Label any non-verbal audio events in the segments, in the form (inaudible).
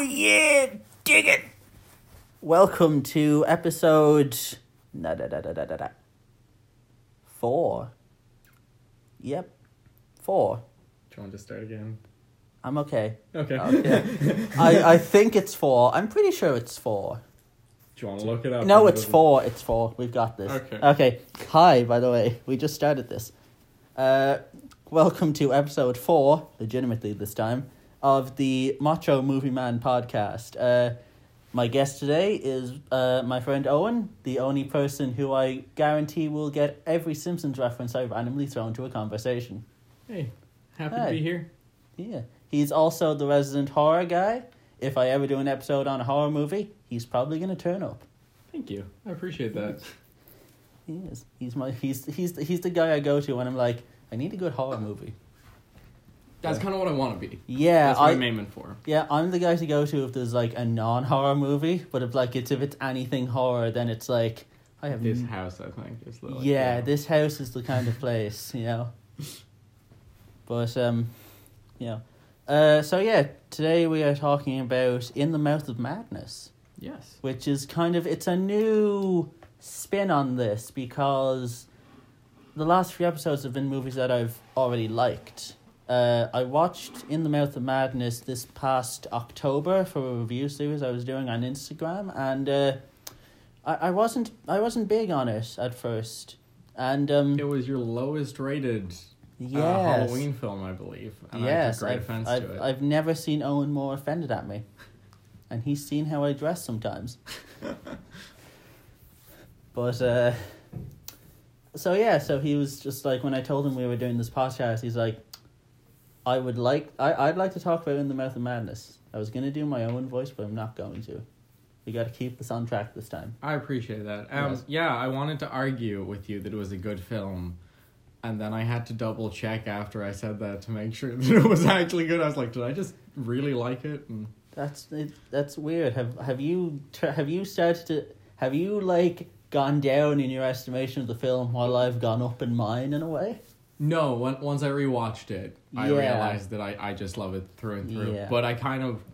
yeah, dig it. Welcome to episode na- da- da- da- da- da- da. four. Yep, four. Do you want to start again? I'm okay. Okay. (laughs) I, I think it's four. I'm pretty sure it's four. Do you want to look it up? No, It it's doesn't- four. It's four. We've got this. Okay. Okay. Hi, by the way. We just started this. Uh, welcome to episode four, legitimately this time, of the Macho Movie Man podcast. Uh, my guest today is uh, my friend Owen, the only person who I guarantee will get every Simpsons reference I randomly throw into a conversation. Hey, happy Hi. to be here. Yeah. He's also the resident horror guy. If I ever do an episode on a horror movie, he's probably going to turn up. Thank you. I appreciate that. He is. He's my. He's he's the- he's the guy I go to when I'm like, I need a good horror movie. That's kind of what I want to be. Yeah, That's what I'm I. aiming for. Yeah, I'm the guy to go to if there's like a non horror movie, but if like it's if it's anything horror, then it's like I have. This n- house, I think, is the. Um, yeah, Like, this house is the kind of place, you know. But um, you know, uh, so yeah, today we are talking about in the mouth of madness. Yes. which is kind of it's a new spin on this because the last few episodes have been movies that I've already liked. Uh, I watched In the Mouth of Madness this past October for a review series I was doing on Instagram, and uh, I I wasn't I wasn't big on it at first, and um, It was your lowest rated yes, uh, Halloween film, I believe. And yes, I took great I've, offense I've, to it. I've never seen Owen more offended at me, and he's seen how I (laughs) dress sometimes. but uh, so yeah, so he was just like when I told him we were doing this podcast, he's like, "I would like, I, I'd like to talk about in the mouth of madness. I was gonna do my own voice, but I'm not going to. We got to keep this on track this time." I appreciate that. Um, Yes. Yeah, I wanted to argue with you that it was a good film, and then I had to double check after I said that to make (laughs) sure that it was actually good. I was like, did I just really like it? And That's it, that's weird. Have have you tr- have you started to have you like gone down in your estimation of the film while I've gone up in mine in a way? no, when, once I rewatched it, I Yeah. realized that I, I just love it through and through. Yeah. But I kind of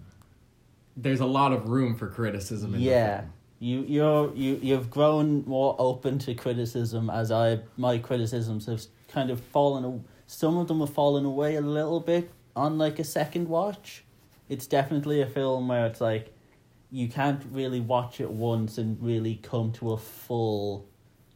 there's a lot of room for criticism. In The Yeah. film. You you're you you've grown more open to criticism as I my criticisms have kind of fallen a- some of them have fallen away a little bit on like a second watch. It's definitely a film where it's like you can't really watch it once and really come to a full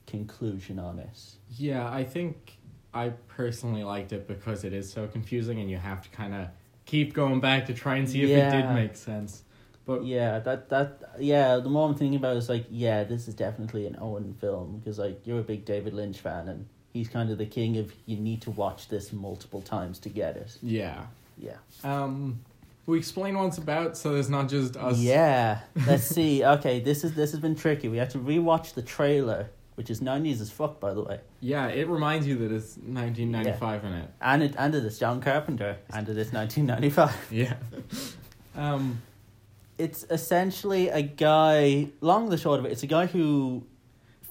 conclusion on it. Yeah, I think I personally liked it because it is so confusing, and you have to kind of keep going back to try and see if it Yeah. did make sense. But Yeah, that that yeah. The more I'm thinking about, it, it's like yeah, this is definitely an Owen film because like you're a big David Lynch fan, and he's kind of the king of you need to watch this multiple times to get it. yeah. Yeah, Um, we explain what it's about, so there's not just us. yeah. Let's see. Okay, this is this has been tricky. We had to rewatch the trailer, which is nineties as fuck, by the way, Yeah, it reminds you that it's 1995 in it. and it and it is John Carpenter, and it is nineteen ninety five. Yeah. (laughs) um, It's essentially a guy. Long the short of it, it's a guy who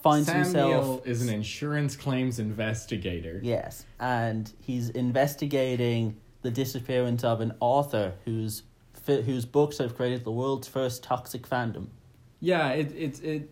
finds Sam himself Neill is an insurance claims investigator. Yes, and he's investigating the disappearance of an author whose fi- whose books have created the world's first toxic fandom. Yeah, it it it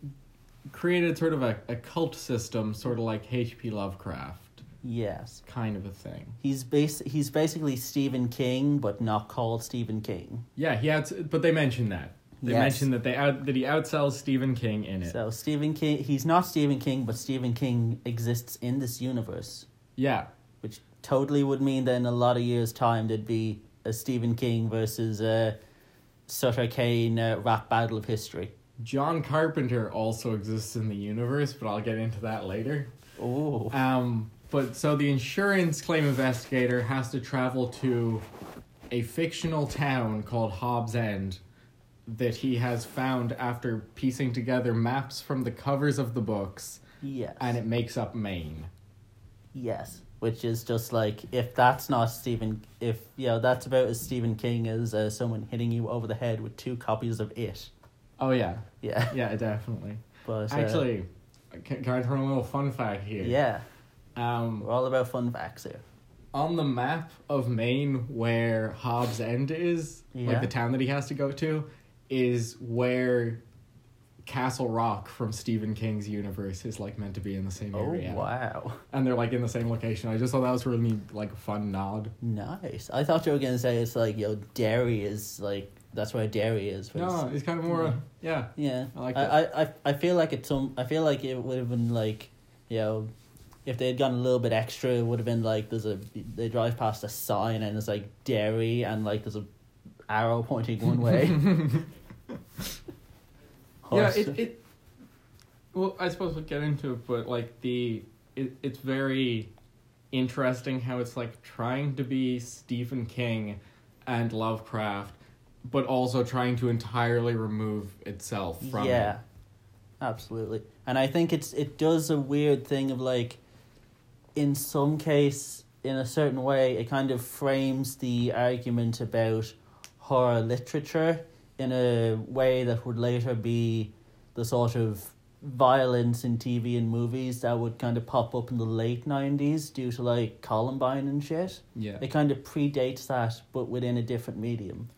created sort of a, a cult system, sort of like H.P. Lovecraft, Yes, kind of a thing. he's bas- he's basically Stephen King, but not called Stephen King. Yeah, he outs, but they mention that. They Yes. mention that they out that he outsells Stephen King in it. So Stephen King, he's not Stephen King, but Stephen King exists in this universe, Yeah. which totally would mean that in a lot of years' time there'd be a Stephen King versus a Sutter Kane uh, rap battle of history. John Carpenter also exists in the universe, but I'll get into that later. Oh, Um, but so the insurance claim investigator has to travel to a fictional town called Hobbs End that he has found after piecing together maps from the covers of the books, yes. and it makes up Maine. Yes, which is just like if that's not Stephen, if you know that's about as Stephen King as uh, someone hitting you over the head with two copies of it. (laughs) Oh yeah, Yeah, yeah, definitely. but uh, Actually, can, can I throw in a little fun fact here? yeah, Um, we're all about fun facts here. on the map of Maine where Hobbs End is, Yeah. like the town that he has to go to, is where Castle Rock from Stephen King's universe is like meant to be in the same Oh area. wow. And they're like in the same location. I just thought that was really like fun nod. Nice. I thought you were gonna say it's like yo, Derry is like that's where Derry is. but it's- No, it's kind of more uh, yeah. Yeah. I like I, I, I, I feel like it's some I feel like it would have been like, you know, if they had gone a little bit extra, it would have been like there's a they drive past a sign and it's like dairy and like there's a arrow pointing one way. (laughs) Yeah, Horse- it, it. Well, I suppose we'll get into it, but like the, it, it's very interesting how it's like trying to be Stephen King, and Lovecraft, but also trying to entirely remove itself from. it. yeah absolutely and i think it's it does a weird thing of like in some case in a certain way it kind of frames the argument about horror literature in a way that would later be the sort of violence in tv and movies that would kind of pop up in the late 90s due to like columbine and shit Yeah. it kind of predates that but within a different medium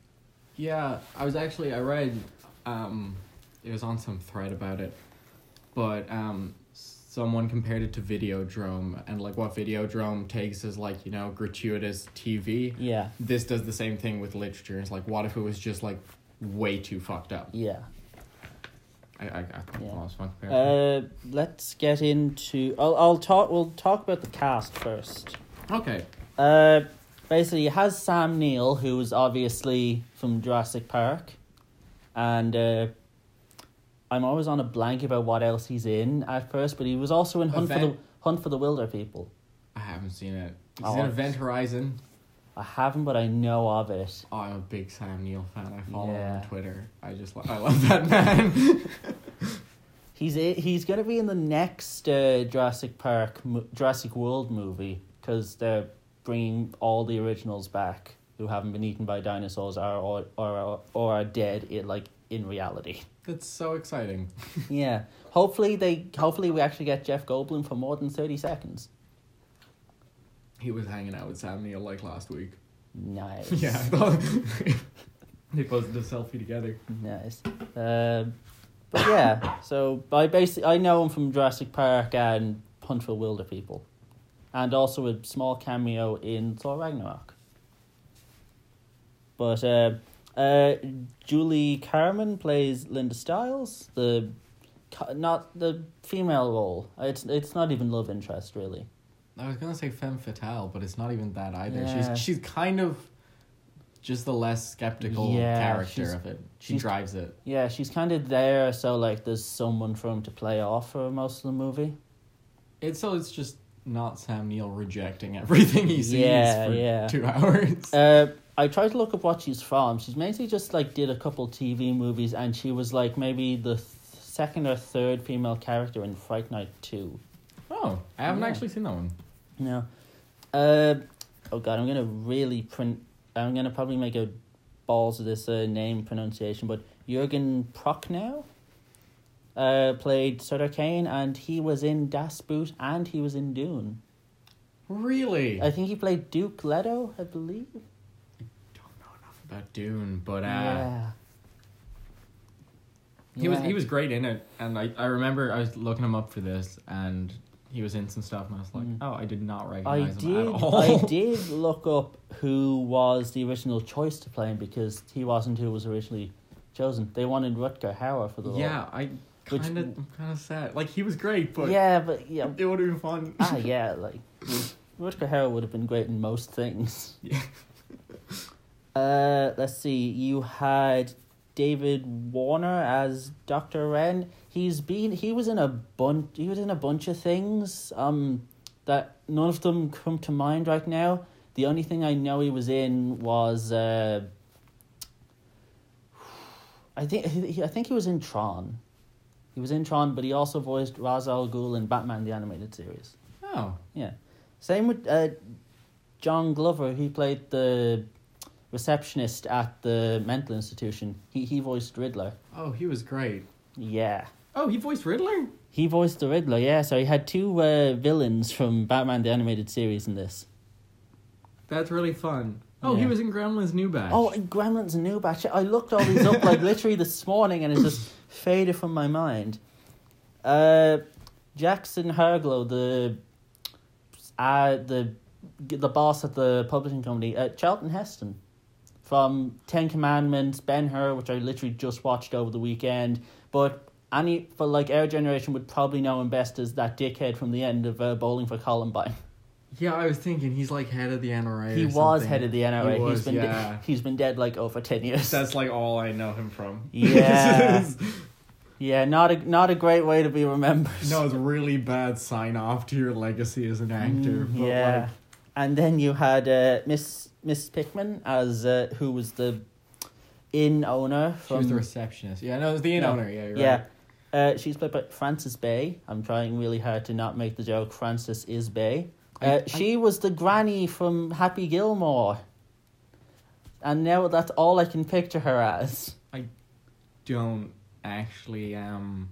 Yeah, I was actually I read um it was on some thread about it. But um someone compared it to Videodrome and like what Videodrome takes is like, you know, gratuitous TV. yeah This does the same thing with literature. It's like what if it was just like way too fucked up? yeah I I, I thought Yeah. that was a fun comparison. Uh, let's get into. I'll I'll talk. We'll talk about the cast first. okay. Uh, basically, he has Sam Neill, who is obviously from Jurassic Park, and uh, I'm always on a blank about what else he's in at first. But he was also in Hunt for the Event- Hunt for the Wilder People. I haven't seen it. It's Oh, in I- Event Horizon. I haven't, but I know of it. Oh, I'm a big Sam Neill fan. I follow him Yeah. on Twitter. I just lo- I love that (laughs) man. He's i- he's gonna be in the next uh, Jurassic Park mo- Jurassic World movie because they're bringing all the originals back who haven't been eaten by dinosaurs or or or, or are dead in, like in reality. (laughs) That's so exciting. yeah, hopefully they hopefully we actually get Jeff Goldblum for more than thirty seconds. He was hanging out with Sam Neill like last week. Nice. Yeah. I thought- (laughs) they posted a selfie together. Nice. Um but yeah, so I basically I know him from Jurassic Park and Hunt for Wilder People, and also a small cameo in Thor Ragnarok. But uh, uh, Julie Carmen plays Linda Stiles, the ca- not the female role. It's it's not even love interest really. I was gonna say femme fatale, but it's not even that either. Yeah. She's she's kind of just the less skeptical Yeah, character she's- of it. She she's- drives it. Yeah, she's kind of there, so like there's someone for him to play off for most of the movie. It's so it's just not Sam Neill rejecting everything he sees Yeah, for yeah. two (laughs) hours. Uh, I tried to look up what she's from. She's mainly just like did a couple TV movies, and she was like maybe the th- second or third female character in Fright Night Two. oh, I haven't yeah. actually seen that one. No, uh, oh god, I'm gonna really print. I'm gonna probably make a balls of this uh, name pronunciation, but Jürgen Prochnow. Uh, played Sutter Kane, and he was in Das Boot, and he was in Dune. Really? I think he played Duke Leto, I believe. don't know enough about Dune, but uh yeah. He was Yeah. he was great in it, and I, I remember I was looking him up for this, and he was in some stuff, and I was like, Mm. oh, I did not I recognize him did. at all. (laughs) I did look up who was the original choice to play him because he wasn't who was originally chosen. They wanted Rutger Hauer for the role. Yeah, I Which- kind of I'm kind of sad. Like he was great, but yeah, but yeah, it would have been (laughs) fun. ah, yeah, like Rutger Hauer would have been great in most things. (laughs) Yeah. Uh, let's see. You had David Warner as Doctor Wren. He's been. He was in a bunch. He was in a bunch of things. Um, that none of them come to mind right now. The only thing I know he was in was. Uh, I think he- I think he was in Tron. He was in Tron, but he also voiced Ra's al Ghul in Batman the Animated Series. Oh, Yeah. Same with uh, John Glover. He played the receptionist at the mental institution. He he voiced Riddler. oh, he was great. Yeah. Oh, he voiced Riddler. He voiced the Riddler, yeah. So he had two uh, villains from Batman the Animated Series in this. That's really fun. Oh, he Yeah. was in Gremlins New Batch. Oh, and Gremlins and New Batch. I looked all these (laughs) up like literally this morning, and it just faded from my mind. Uh, Jackson Herglow, the uh, the the boss at the publishing company, uh, Charlton Heston, from Ten Commandments, Ben Hur, which I literally just watched over the weekend. But any for like our generation would probably know him best as that dickhead from the end of uh, Bowling for Columbine. yeah, I was thinking he's like head of the NRA. or He was something. head of the NRA. He was, has been de- yeah. he's been dead like over ten years. That's like all I know him from. (laughs) Yeah. Yeah, not a not a great way to be remembered. (laughs) no, it's a really bad sign off to your legacy as an actor. but Mm, yeah, Like, and then you had uh, Miss Miss Pickman as uh, who was the inn owner she from was the receptionist. Yeah, no, it was the inn No. owner. Yeah, you're yeah. right. Uh, she's played by Frances Bay. I'm trying really hard to not make the joke. Frances is Bay. Uh, I- she was the granny from Happy Gilmore, and now that's all I can picture her as. Don't actually um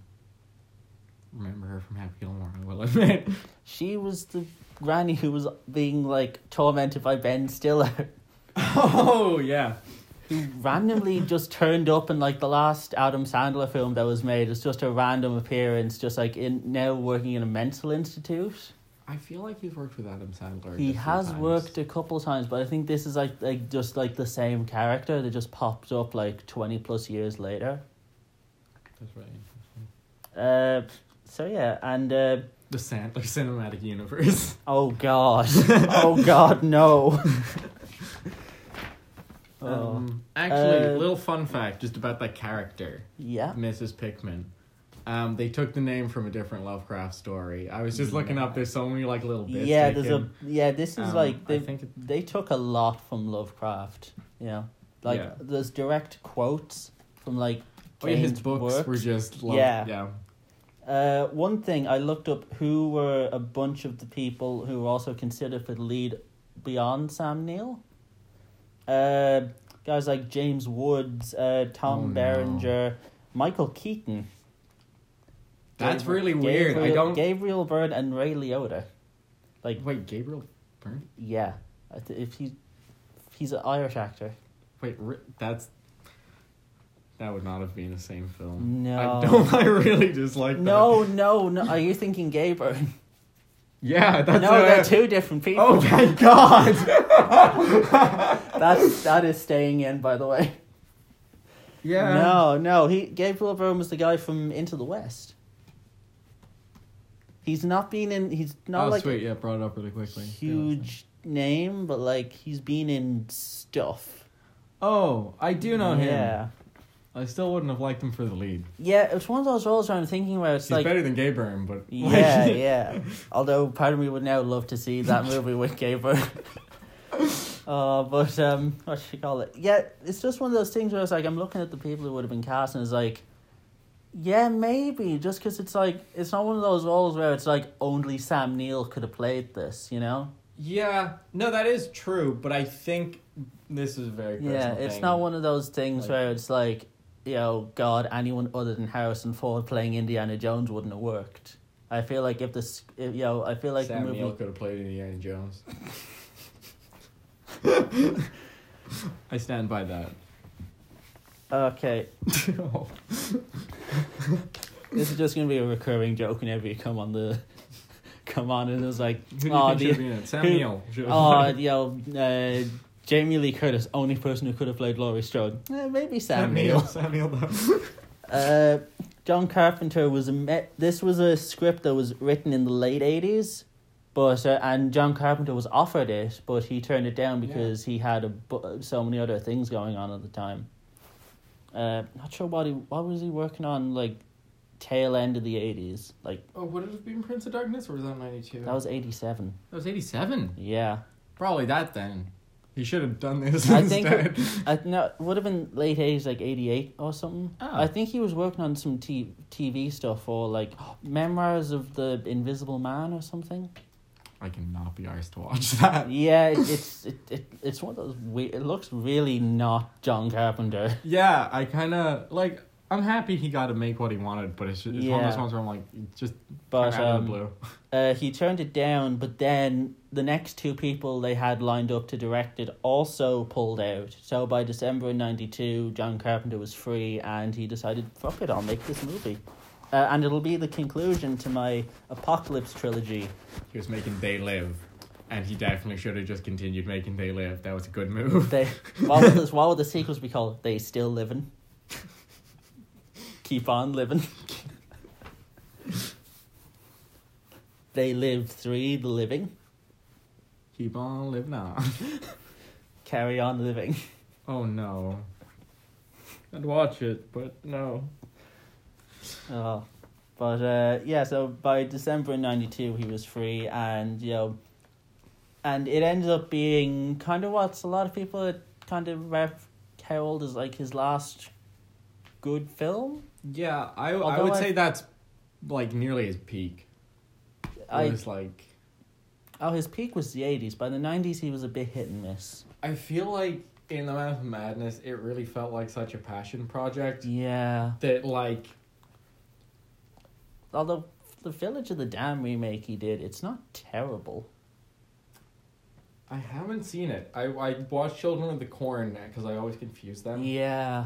remember her from Happy Gilmore. I will (laughs) admit. She was the granny who was being like tormented by Ben Stiller. (laughs) oh yeah. who randomly just turned up in like the last Adam Sandler film that was made. It's just a random appearance, just like in now working in a mental institute. I feel like he's worked with Adam Sandler. a He good few has times. worked a couple times, but I think this is like like just like the same character that just popped up like twenty plus years later. That's right. Uh, so yeah, and uh, The Sandler cinematic universe. (laughs) oh god, oh god, no. oh Um, actually, Uh, little fun fact just about that character, yeah. Mrs. Pickman. Um, they took the name from a different Lovecraft story. I was just looking up. There's so many like little bits. Mm-hmm. Yeah, taken. there's a yeah. This is Um, like I they think it- they took a lot from Lovecraft. Yeah, like Yeah. there's direct quotes from like. Oh, yeah, his Kane's books work. were just love, yeah. Yeah. Uh, one thing I looked up who were a bunch of the people who were also considered for the lead beyond Sam Neill. Uh, guys like James Woods, uh, Oh, no. Tom Berenger, Michael Keaton. That's Gabriel- really weird. I Gabriel- don't Gabriel Byrne and Ray Liotta. Like wait. Gabriel Byrne. Yeah, I th- if he, if he's an Irish actor. Wait, ri- that's that would not have been the same film. No. I don't. (laughs) I really dislike. That. (laughs) No, no, no. Are you thinking gay burn? Yeah, that's no, what I- they're two different people. Oh my god! (laughs) That's that is staying in, by the way. yeah. No, no. He Gabriel Byrne was the guy from Into the West. He's not been in. He's not oh, like sweet. Yeah, brought it up really a quickly. huge name, but like he's been in stuff. Oh, I do know him. Yeah, I still wouldn't have liked him for the lead. yeah. It's one of those roles where I'm thinking where it's He's like better than Gay Byrne, but Yeah, yeah. Although part of me would now love to see that movie with Gabriel. (laughs) Uh, but um, what should you call it? Yeah, it's just one of those things where it's like I'm looking at the people who would have been cast, and it's like, yeah, maybe just because it's like it's not one of those roles where it's like only Sam Neill could have played this, you know? (laughs) yeah. No, that is true, but I think this is a very yeah, it's not one of those things Like- where it's like, you know, God, anyone other than Harrison Ford playing Indiana Jones wouldn't have worked. I feel like if this, if, you know, I feel like the movie. could have played Indiana Jones. (laughs) I stand by (laughs) that. Okay, Oh, This is just gonna be a recurring joke whenever you come on the (laughs) come on and it's like Who do you oh think should the be in it? Sam who- Neill. should- oh you know, uh, Jamie Lee Curtis, only person who could have played Laurie Strode. Eh, maybe Sam Neill. Sam Neill, though. Uh, John Carpenter was a me- this was a script that was written in the late eighties, but uh, and John Carpenter was offered it, but he turned it down Yeah. because he had a bu- so many other things going on at the time. Uh, not sure what he what was he working on like tail end of the eighties like. (laughs) Oh, would it have been Prince of Darkness, or was that 92? That was 87. that was 87. Yeah. Probably that then. He should have done this I (laughs) think instead. I no, it would have been late 80s, like 88 or something. Oh. I think he was working on some t- TV stuff or like Memoirs of the Invisible Man or something. I cannot be arsed to watch (laughs) that. Yeah, it, it's it, it it's one of those weird. It looks really not John Carpenter. Yeah, I kind of like. I'm happy he got to make what he wanted, but it's, it's one of Yeah. those ones where I'm like, it's just But kinda out of um, the blue. Uh, he turned it down, but then the next two people they had lined up to direct it also pulled out. So by December in 92, John Carpenter was free and he decided, fuck it, I'll make this movie. Uh, and it'll be the conclusion to my Apocalypse trilogy. (laughs) He was making They Live, and he definitely should have just continued making They Live. That was a good move. They, what, would the, what would the sequels be called? They Still Living. Keep on living. they lived three the living. (laughs) Keep on living on. Carry on living. (laughs) Oh no. I'd watch it, but no. Oh, but uh, yeah. So by December '92, he was free, and you know, and it ended up being kind of what's a lot of people had kind of ref Harold as like his last good film. Yeah, I I Although would I- say that's like nearly his peak. I, it I was like oh, his peak was the '80s. By the '90s, he was a bit hit and miss. I feel like in the Mouth of Madness, it really felt like such a passion project Yeah, that like although the Village of the Dam remake he did, it's not terrible. I haven't seen it. I I watched Children of the Corn because I always confuse them. Yeah.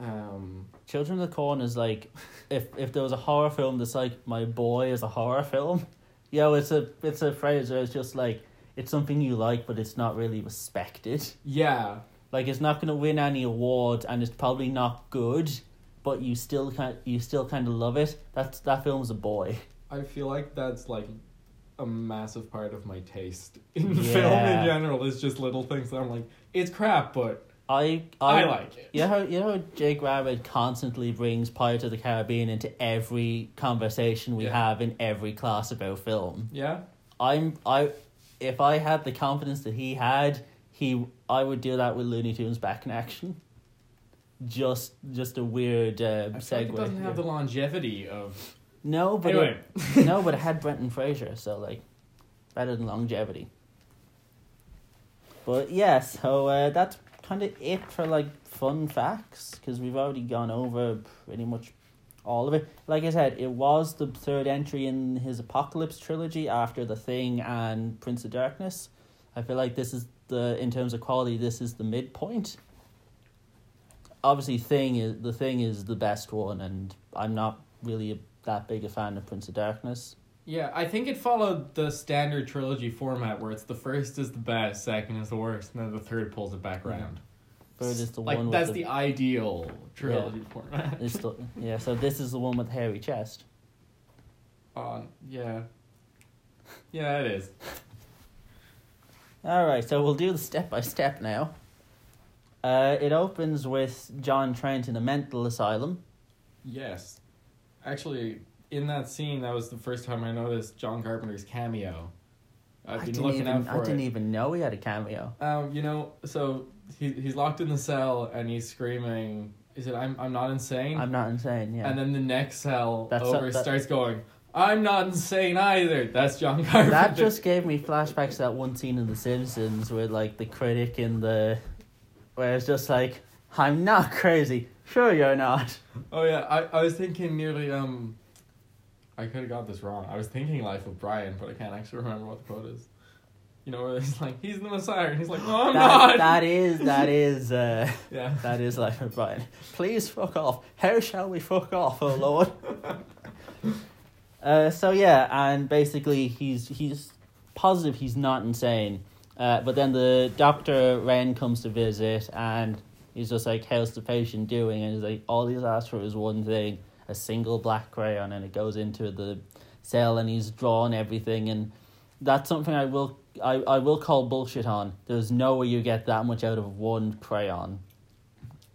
Um, Children of the Corn is like, if if there was a horror film that's like my boy is a horror film, you know, it's a it's a phrase where it's just like it's something you like, but it's not really respected. yeah, Like it's not gonna win any awards, and it's probably not good, but you still kind you still kind of love it. That's that film's a boy. I feel like that's like a massive part of my taste (laughs) in Yeah. film in general. Is just little things that I'm like, it's crap, but I I, I, like it. You know, how- you know, how Jake Rabbit constantly brings Pirates of the Caribbean into every conversation we Yeah. have in every class about film. Yeah. I'm I if I had the confidence that he had, he I would do that with Looney Tunes back in action. Just just a weird uh, I feel like segue. it doesn't have the here. longevity of. no, (laughs) but Anyway, it, (laughs) no, but it had Brenton Fraser, so like better than longevity. But yeah, so uh, that's kind of it for like fun facts because we've already gone over pretty much all of it. Like I said, it was the third entry in his Apocalypse trilogy after The Thing and Prince of Darkness. I feel like this is the in terms of quality, this is the midpoint. Obviously, Thing is the Thing is the best one, and I'm not really a, that big a fan of Prince of Darkness. yeah, I think it followed the standard trilogy format where it's the first is the best, second is the worst, and then the third pulls it back around. Third is the like one that's with the... ideal trilogy format. It's the, yeah, so this is the one with the hairy chest. Uh, yeah. Yeah, it is. All right, so we'll do the step by step now. Uh, it opens with John Trent in a mental asylum. Yes. Actually, in that scene, that was the first time I noticed John Carpenter's cameo. I've I been didn't looking even, out for I didn't e- it. even know he had a cameo. Um, you know, so he, he's locked in the cell and he's screaming, "Is it I'm I'm not insane?" I'm not insane. Yeah, Mm. And then the next cell That's over that- starts going, "I'm not insane either." That's John Carpenter. (laughs) (laughs) that just gave me flashbacks to that one scene in The Simpsons where like the critic in the, where it's just like, I'm not crazy. Sure, you're not. Oh yeah, I, I was thinking nearly um. I could have got this wrong. I was thinking Life of Brian, but I can't actually remember what the quote is. You know, where it's (laughs) like he's the Messiah, and he's like, "No, I'm That, not." that is that is uh, (laughs) (laughs) yeah. that is (laughs) Life of Brian. Please fuck off. How shall we fuck off, oh Lord? (laughs) Uh, so yeah, and basically he's he's positive he's not insane. Uh, but then the doctor Ren comes to visit, and he's just like, "How's the patient doing?" And he's like, "All he's asked for is one thing: a single black crayon." And it goes into the cell, and he's drawn everything, and that's something I will I, I will call bullshit on. There's no way you get that much out of one crayon. (laughs)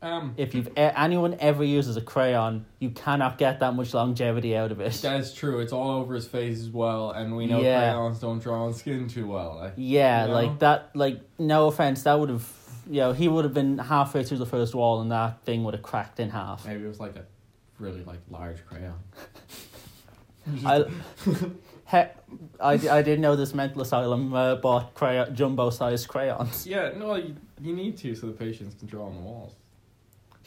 Um, If you've e- anyone ever uses a crayon, you cannot get that much longevity out of it. that's true. It's all over his face as well, and we know Yeah. crayons don't draw on skin too well. I, Yeah, You know? like that. Like no offense, that would have. You know, he would have been halfway through the first wall, and that thing would have cracked in half. maybe it was like a really like large crayon. I, (laughs) he, I, I didn't know this mental asylum uh, bought crayon, jumbo sized crayons. Yeah, no, you, you need to so the patients can draw on the walls. (laughs)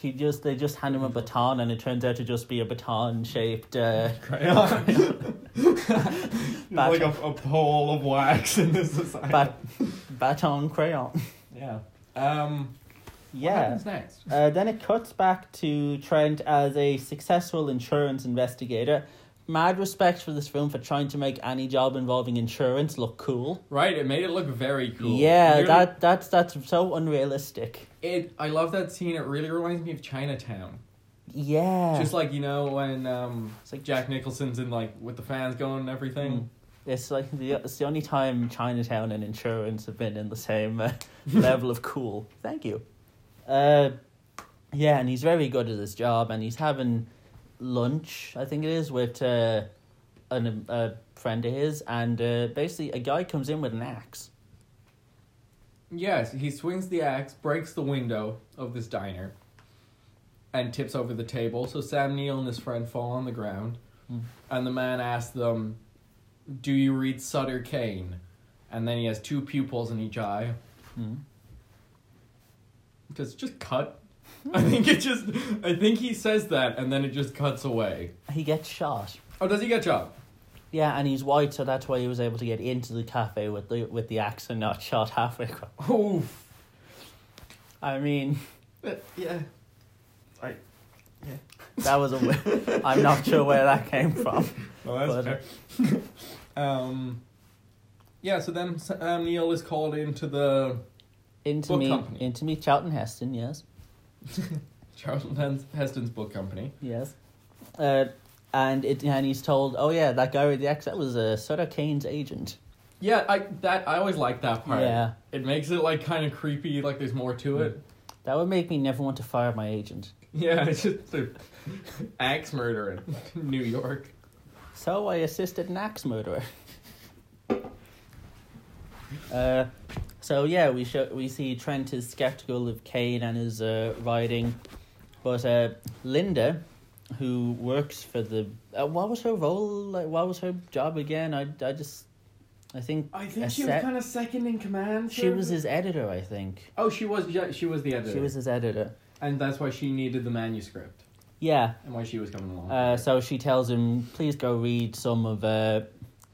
He just they just hand him a baton, and it turns out to just be a baton (laughs) shaped. Uh, (laughs) Crayon. like a, a pole of wax in this society. Bat- baton crayon. yeah. Um, What Yeah. happens next? Uh, then it cuts back to Trent as a successful insurance investigator. Mad respect for this film for trying to make any job involving insurance look cool. Right, it made it look very cool. Yeah, Really- that that's that's so unrealistic. it. I love that scene. It really reminds me of Chinatown. Yeah, Just like you know when um, It's like- Mm. Jack Nicholson's in like with the fans going and everything. it's like the it's the only time Chinatown and insurance have been in the same uh, level of cool. Thank you. Uh, yeah, and he's very good at his job, and he's having lunch. I think it is with uh, an, a friend of his, and uh, basically a guy comes in with an axe. Yes, he swings the axe, breaks the window of this diner, and tips over the table. So Sam Neill and his friend fall on the ground, Mm. and the man asks them, "Do you read Sutter Kane?" And then he has two pupils in each eye. Mm. Just, just cut. (laughs) I think it just. I think he says that, and then it just cuts away. He gets shot. Oh, does he get (laughs) shot? Yeah, and he's white, so that's why he was able to get into the cafe with the with the axe and not shot halfway. across. Oh, I mean, yeah. that was a. w- I'm not sure where that came from. Well, But- uh, that's fair. um, yeah. So then um, Neil is called into the Into Book me, company. into me, Charlton Heston. Yes, Charlton Hens- Heston's book company. yes. Uh, and it and he's told, oh yeah, that guy with the axe that was uh, Sutter Kane's agent. Yeah, I that I always like that part. Yeah, Mm. It makes it like kind of creepy, like there's more to it. that would make me never want to fire my agent. Yeah, (laughs) it's just a axe murder in New York. So I assisted an axe murderer. (laughs) uh, so yeah, we show we see Trent is skeptical of Kane and his uh, riding, but uh, Linda, who works for the uh, what was her role? Like, what was her job again? I I just I think I think A she was sec- of second in command. she was his editor. I think Oh, she was. yeah, She was the editor. she was his editor. and that's why she needed the manuscript Yeah. and why she was coming along. Uh, so she tells him, please go read some of uh,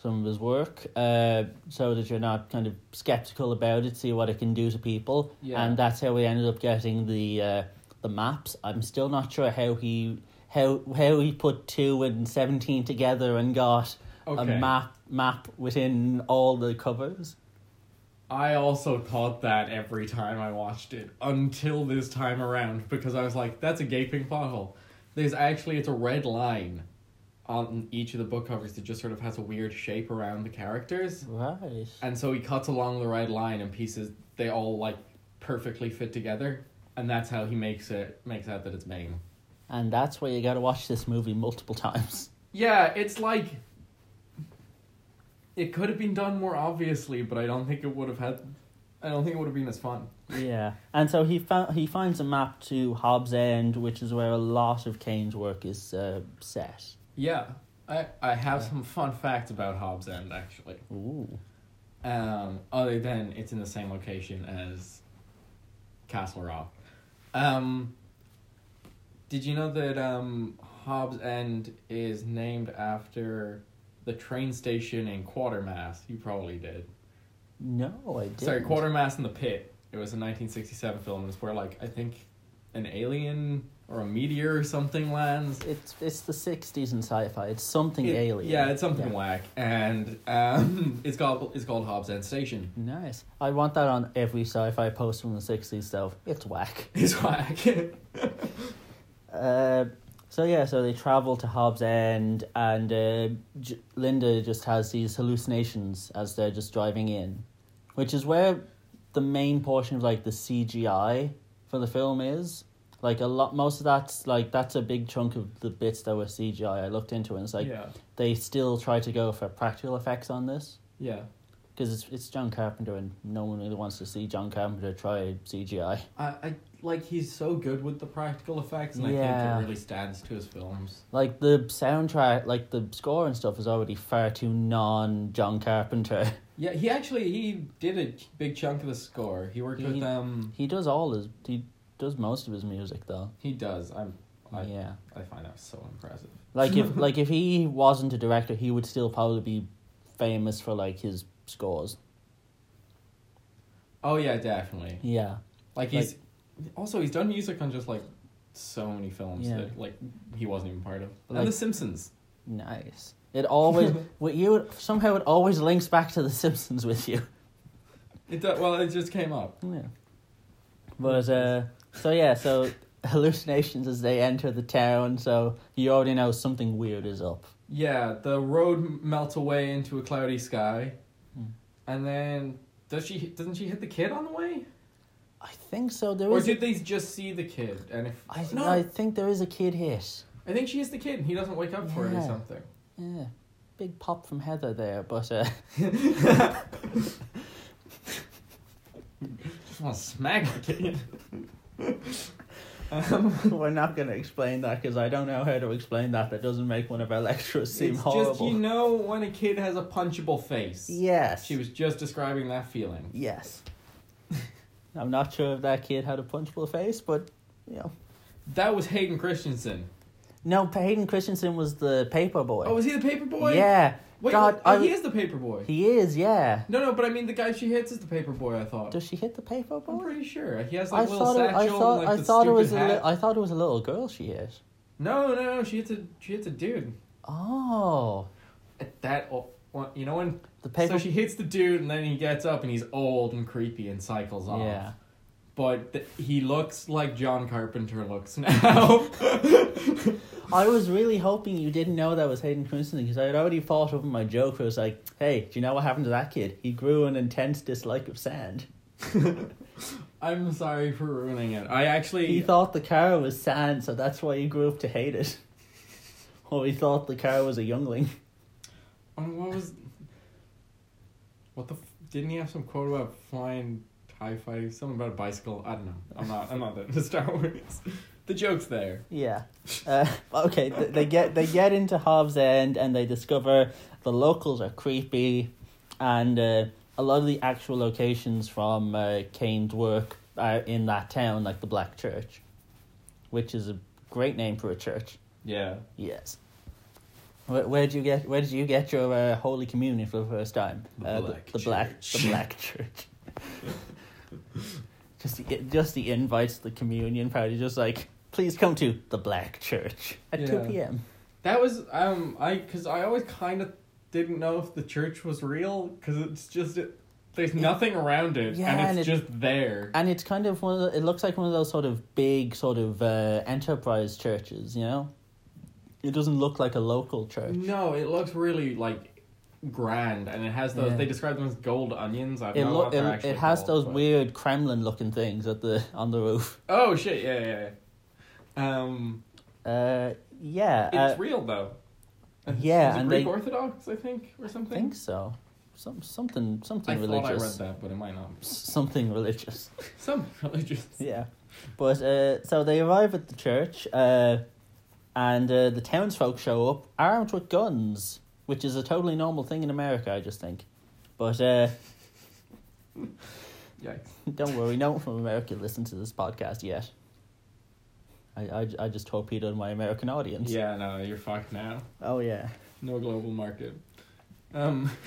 some of his work, uh, so that you're not kind of skeptical about it. See what it can do to people, Yeah. and that's how we ended up getting the uh, the maps. I'm still not sure how he how how he put two and seventeen together and got okay. a map map within all the covers. I also thought that every time I watched it until this time around because I was like, that's a gaping pothole. There's actually it's a red line on each of the book covers that just sort of has a weird shape around the characters. Right. And so he cuts along the red line and pieces they all like perfectly fit together. And that's how he makes it makes out that it's Maine. And that's why you got to watch this movie multiple (laughs) times. Yeah, it's like it could have been done more obviously, but I don't think it would have had I don't think it would have been as fun. Yeah, and so he found he finds a map to Hobbs End, which is where a lot of Kane's work is uh, set. Yeah, I, I have some fun facts about Hobbs End actually. Ooh, Um, other than it's in the same location as Castle Rock. Um, did you know that um, Hobbs End is named after the train station in Quatermass? You probably did. no, I didn't. Sorry, Quatermass in the Pit. It was a 1967 film. It's where like I think an alien or a meteor or something lands. It's it's the sixties in sci-fi. It's something It- alien. Yeah, it's something Yeah. whack, and um, (laughs) it's called it's called Hobbs End Station. (laughs) Nice. I want that on every sci-fi post from the sixties. Though it's whack. It's whack. (laughs) Uh, so yeah, so they travel to Hobbs End, and uh, J- Linda just has these hallucinations as they're just driving in, which is where the main portion of like the CGI for the film is. Like a lot, most of that's like that's a big chunk of the bits that were CGI. I looked into it, and it's like yeah, they still try to go for practical effects on this yeah. because it's it's John Carpenter, and no one really wants to see John Carpenter try CGI. I, I like he's so good with the practical effects, and I Yeah. think it really stands to his films. Like the soundtrack, like the score and stuff is already far too non John Carpenter. (laughs) Yeah, he actually he did a big chunk of the score. He worked He- with um He does all his he does most of his music though. He does. I'm. I, yeah. I find that so impressive. (laughs) Like (laughs) if like if he wasn't a director, he would still probably be famous for like his scores. Oh yeah, definitely. Yeah. Like he's also he's done music on just like so many films Yeah. that like he wasn't even part of. Like- and The Simpsons. Nice. It (laughs) always with you somehow it always links back to the Simpsons with you. It do- well, it just came up. (laughs) Yeah. But uh so yeah, so hallucinations as they enter the town, so you already know something weird is up. Yeah, the road m- melts away into a cloudy sky, Hmm. and then does she? Doesn't she hit the kid on the way? I think so there Or is did they just see the kid? And if I, no, I I, think there is a kid hit. think she is the kid, and he doesn't wake up for it or Yeah. something. Yeah. Big pop from Heather there, but uh Just want to smack the (laughs) kid. (laughs) We're not going to explain that because I don't know how to explain that. That doesn't make one of our (laughs) lecturers seem it's horrible. just you know when a kid has a punchable face. yes. She was just describing that feeling. Yes. (laughs) I'm not sure if that kid had a punchable face, but you know. That was Hayden Christensen. No, Hayden Christensen was the paper boy. Oh, is he the paper boy? Yeah. Wait, God, oh, I- he is the paper boy. He is, yeah. No, no, but I mean the guy she hits is the paper boy. I thought. Does she hit the paper I'm boy? pretty sure he has like I a little thought, it, satchel. I thought, and, like, I the thought it stupid was a hat. li- I thought it was a little girl she hit. No, no, no. She hits a she hits a dude. Oh. At that o- one- you know when. The paper So she hits the dude, and then he gets up, and he's old and creepy, and cycles off. Yeah. But th- he looks like John Carpenter looks (laughs) (laughs) now. I was really hoping you didn't know that was Hayden Christensen because I had already thought of my joke. where It was like, hey, do you know what happened to that kid? He grew an intense dislike of sand. I'm sorry for ruining it. I actually. He thought the car was sand, so that's why he grew up to hate it. (laughs) Or he thought the car was a youngling. Oh, what was? What the? F- didn't he have some quote about flying high fighting? Something about a bicycle? I don't know. I'm not. I'm not the (laughs) Star Wars. The joke's there. Yeah. Uh, (laughs) okay. th- They get they get into Hobbs End and they discover the locals are creepy, and uh, a lot of the actual locations from uh, Kane's work are in that town, like the Black Church, which is a great name for a church. Yeah. Yes. Where, where did you get Where did you get your uh, Holy Communion for the first time? The uh, Black the, the black Church. the black (laughs) church. just the just the invites, to the communion party, just like please come to the black church at two Yeah. p.m. That was um I because I always kind of didn't know if the church was real because it's just it, there's nothing around it Yeah, and and it's it- just there. And it's kind of one. Of the, it looks like one of those sort of big sort of uh, enterprise churches. You know, it doesn't look like a local church. No, it looks really like grand and it has those. Yeah. They describe them as gold onions. I don't It know lo- what they're it, actually it has called, those but- weird Kremlin looking things at the on the roof. Oh shit! Yeah, yeah. yeah. Um, Uh, yeah, it's uh, real though. yeah, Is it and Greek they- Orthodox, I think, or something. think so. Some something something I thought I read religious. that, but it might not. S- Something religious. (laughs) Some (laughs) religious. yeah. But uh, so they arrive at the church, uh, and uh, the townsfolk show up armed with guns, which is a totally normal thing in America, I just think. But uh, (laughs) Yikes. don't worry, no one from America listens to this podcast yet. I, I, I just torpedoed my American audience. Yeah, no, you're fucked now. Oh, yeah. No global market. Um. (laughs)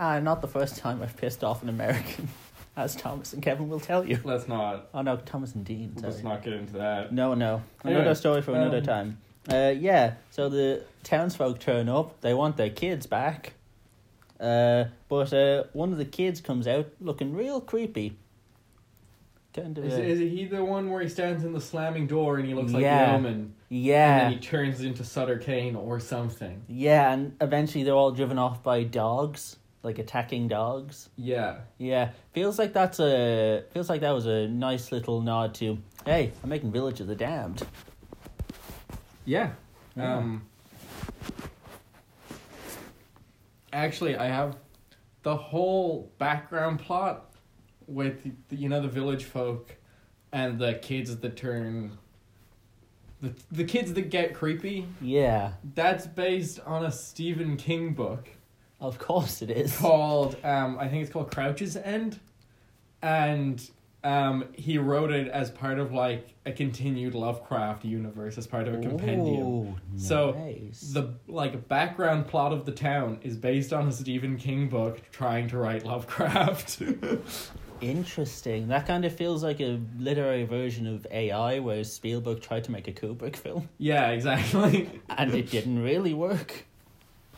Ah, not the first time I've pissed off an American, (laughs) as Thomas and Kevin will tell you. Let's not. Oh, no, Thomas and Dean. Sorry. Let's not get into that. No, no. Anyway, Another story for another um, time. Uh, yeah, so the townsfolk turn up. They want their kids back. Uh, but uh, one of the kids comes out looking real creepy. Kind of. Is, a- is he the one where he stands in the slamming door and he looks like Yeah. the omen, and then yeah. he turns into Sutter Kane or something? yeah, and eventually they're all driven off by dogs, like attacking dogs. Yeah. Yeah, feels like that's a feels like that was a nice little nod to hey, I'm making Village of the Damned. Yeah. Yeah. Um. Actually, I have the whole background plot with the, you know the village folk and the kids that turn the the kids that get creepy. Yeah, That's based on a Stephen King book. of course it is. called um I think it's called Crouch's End, and Um, he wrote it as part of like a continued Lovecraft universe, as part of a (laughs) compendium. Ooh, So nice. the like background plot of the town is based on a Stephen King book trying to write Lovecraft. (laughs) Interesting. That kind of feels like a literary version of AI, where Spielberg tried to make a Kubrick film yeah, exactly. (laughs) and it didn't really work.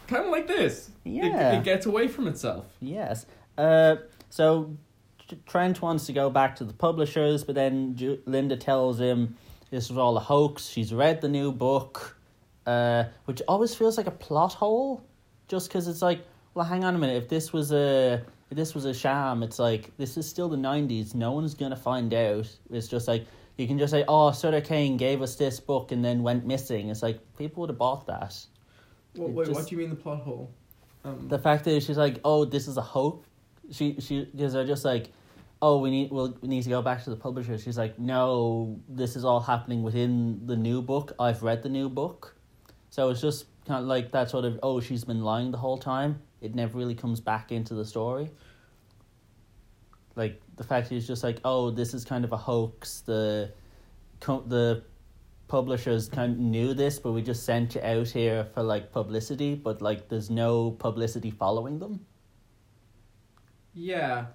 kind of like this. It- Yeah. It, gets away from itself. Yes. Uh, so T- Trent wants to go back to the publishers, but then Ju- Linda tells him this was all a hoax. She's read the new book, uh, which always feels like a plot hole, just because it's like, well, hang on a minute. If this was a if this was a sham, it's like this is still the nineties. No one's gonna find out. It's just like you can just say, oh, Sutter Kane gave us this book and then went missing. It's like people would have bought that. It wait, what just- do you mean the plot hole? Um, the fact that she's like, "Oh, this is a hoax," she she because they're just like, "Oh, we need we'll, we need to go back to the publisher." She's like, "No, this is all happening within the new book. I've read the new book," so it's just kind of like that sort of, "Oh, she's been lying the whole time." It never really comes back into the story. Like the fact is just like, "Oh, this is kind of a hoax." The co- the publishers kind of knew this, but we just sent you out here for like publicity, but like there's no publicity following them. yeah.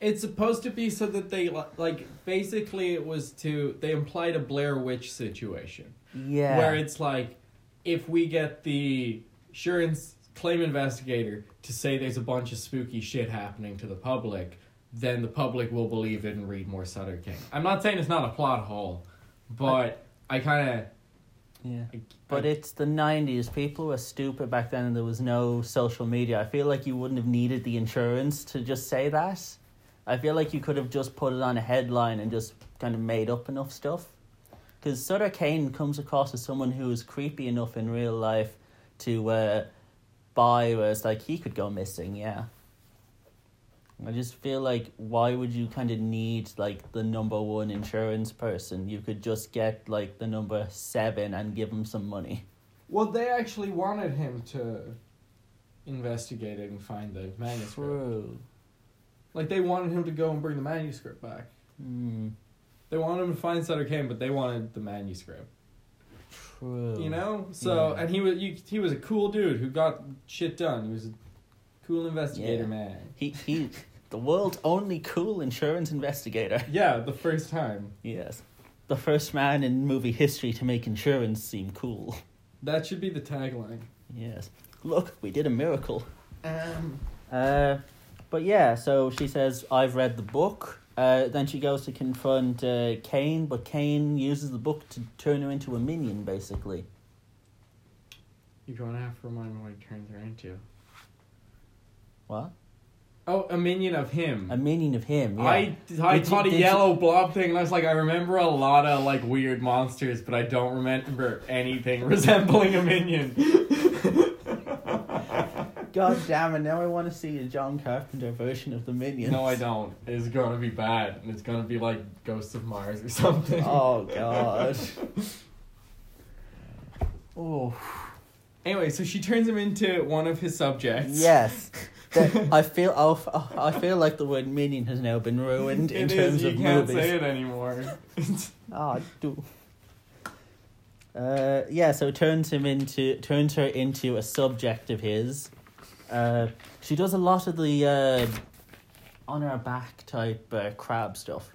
It's supposed to be so that they li- like basically it was to they implied a Blair Witch situation Yeah. where it's like if we get the insurance claim investigator to say there's a bunch of spooky shit happening to the public, then the public will believe it and read more Sutter King. I'm not saying it's not a plot hole, but I kind yeah. of But it's the 90s. People were stupid back then and there was no social media. I feel like you wouldn't have needed the insurance to just say that. I feel like you could have just put it on a headline and just kind of made up enough stuff. Because Sutter Kane comes across as someone who is creepy enough in real life to uh, buy, where it's like he could go missing, yeah. I just feel like why would you kind of need like the number one insurance person? You could just get like the number seven and give him some money. Well, they actually wanted him to investigate it and find the manuscript. True. Like they wanted him to go and bring the manuscript back. Mm, They wanted him to find Sutter Kane, but they wanted the manuscript. true. You know, so Yeah. and he was you, he was a cool dude who got shit done. He was a cool investigator Yeah. man. He he, the world's only cool insurance investigator. Yeah, the first time Yes, the first man in movie history to make insurance seem cool. that should be the tagline. Yes, look, we did a miracle. Um, Uh, but yeah, so she says, I've read the book. Uh, then she goes to confront uh, Kane, but Kane uses the book to turn her into a minion, basically. you're gonna have to remind me what he turns her into. What? Oh, a minion of him. A minion of him, yeah. I I Did you- caught a did you- yellow blob thing, and I was like, I remember a lot of like weird monsters, but I don't remember anything (laughs) resembling a minion. God damn it, now I want to see a John Carpenter version of the minions. no, I don't. It's gonna be bad, and it's gonna be like Ghosts of Mars or (laughs) something. (laughs) Oh, (laughs) God. oh. Anyway, so she turns him into one of his subjects. Yes. That- I feel oh, I feel like the word minion has now been ruined (laughs) in It is, terms you of can't movies. say it anymore. Ah, do. Uh, yeah, so turns him into turns her into a subject of his. Uh, she does a lot of the uh, on her back type uh, crab stuff.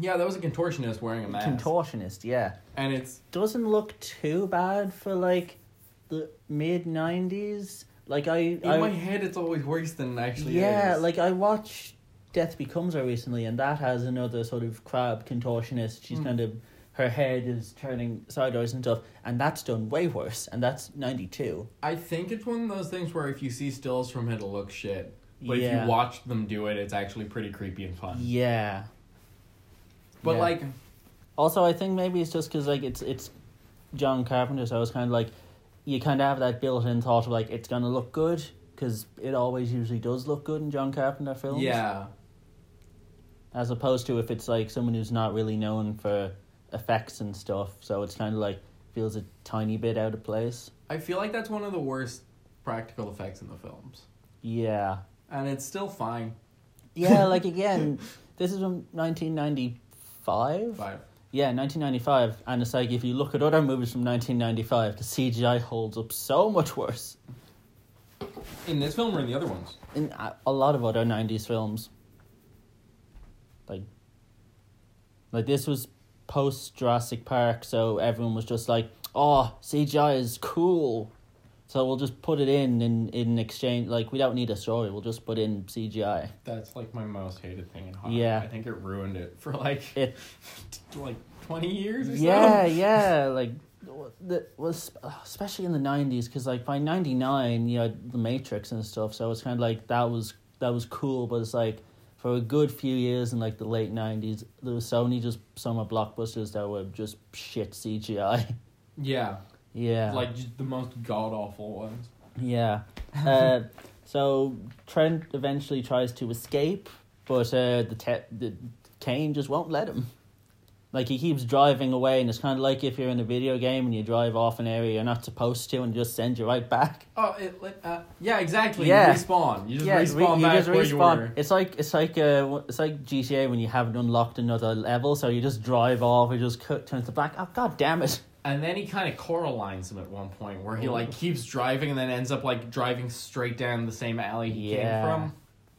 yeah, that was a contortionist wearing a mask, Contortionist, yeah. and it's Doesn't look too bad for like the mid nineties. Like I, in I my head. It's always worse than it actually yeah, is. like I watched Death Becomes Her recently, and that has another sort of crab contortionist. She's Mm. kind of her head is turning sideways and stuff, and that's done way worse. And that's ninety two. I think it's one of those things where if you see stills from it, it'll look shit. But if Yeah. you watch them do it, it's actually pretty creepy and fun. Yeah. But Yeah. like, Also, I think maybe it's just because like it's it's John Carpenter, so it's kind of like you kind of have that built in thought of like it's gonna look good because it always usually does look good in John Carpenter films. yeah, as opposed to if it's like someone who's not really known for effects and stuff so it's kind of like feels a tiny bit out of place I feel like that's one of the worst practical effects in the films, yeah and it's still fine. yeah like again This is from 1995? Five. Yeah, 1995. And it's like, if you look at other movies from 1995, the CGI holds up so much worse In this film or in the other ones? in a- a lot of other 90s films. Like, like this was post Jurassic Park, so everyone was just like, oh, CGI is cool. So we'll just put it in in, in exchange. Like, we don't need a story, we'll just put in CGI. That's like my most hated thing in Hollywood. Yeah. I think it ruined it for like (laughs) It like twenty years or yeah, so. yeah, like the was especially in the nineties because like by ninety nine, you had the Matrix and stuff. So it's kind of like that was that was cool, but it's like for a good few years in like the late nineties, there was so many just summer blockbusters that were just shit CGI. Yeah. (laughs) yeah, Like just the most god awful ones. (laughs) yeah. Uh, so Trent eventually tries to escape, but uh, the te- the Kane just won't let him. Like he keeps driving away, and it's kind of like if you're in a video game and you drive off an area you're not supposed to, and just send you right back. Oh, it, like, uh, yeah, exactly. Yeah. You respawn. You just Yeah, re- respawn back where you were. It's like it's like uh, it's like GTA when you haven't unlocked another level, so you just drive off. It just cut, turns to black. Oh god damn it! And then he kind of coralines him at one point, where he like keeps driving and then ends up like driving straight down the same alley he Yeah. came from.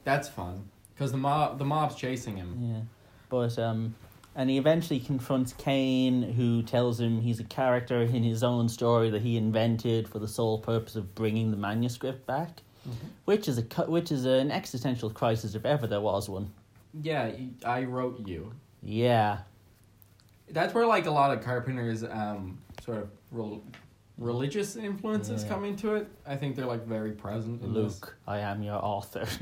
That's fun because the mob the mob's chasing him. Yeah, but um, and he eventually confronts Kane, who tells him he's a character in his own story that he invented for the sole purpose of bringing the manuscript back, which is a cu- which is an existential crisis if ever there was one. Yeah, y- I wrote you. Yeah, That's where like a lot of Carpenter's um sort of rel- religious influences Yeah. come into it. I think they're like very present. In this. Luke, I am your author. (laughs)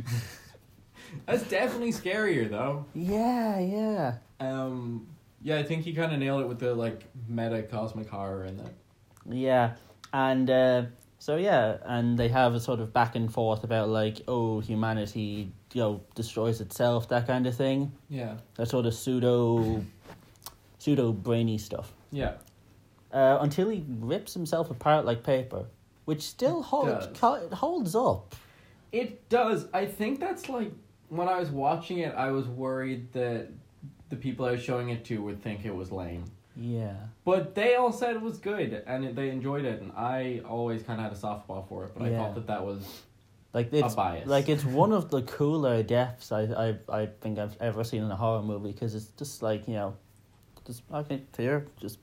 That's definitely scarier though. yeah, yeah, Um, yeah, I think he kind of nailed it with the like meta cosmic horror in that. yeah, and. Uh, so yeah, and they have a sort of back and forth about like, oh, humanity, you know, destroys itself, that kind of thing. Yeah, that sort of pseudo pseudo brainy stuff yeah. uh, until he rips himself apart like paper which still hold, does. co- it holds up It does. I think that's like when I was watching it, I was worried that the people I was showing it to would think it was lame. yeah But they all said it was good and it, they enjoyed it, and I always kind of had a softball for it. But I Yeah. thought that that was like it's bias. like it's one (laughs) of the cooler deaths I, I I think I've ever seen in a horror movie because it's just like you know just okay fear just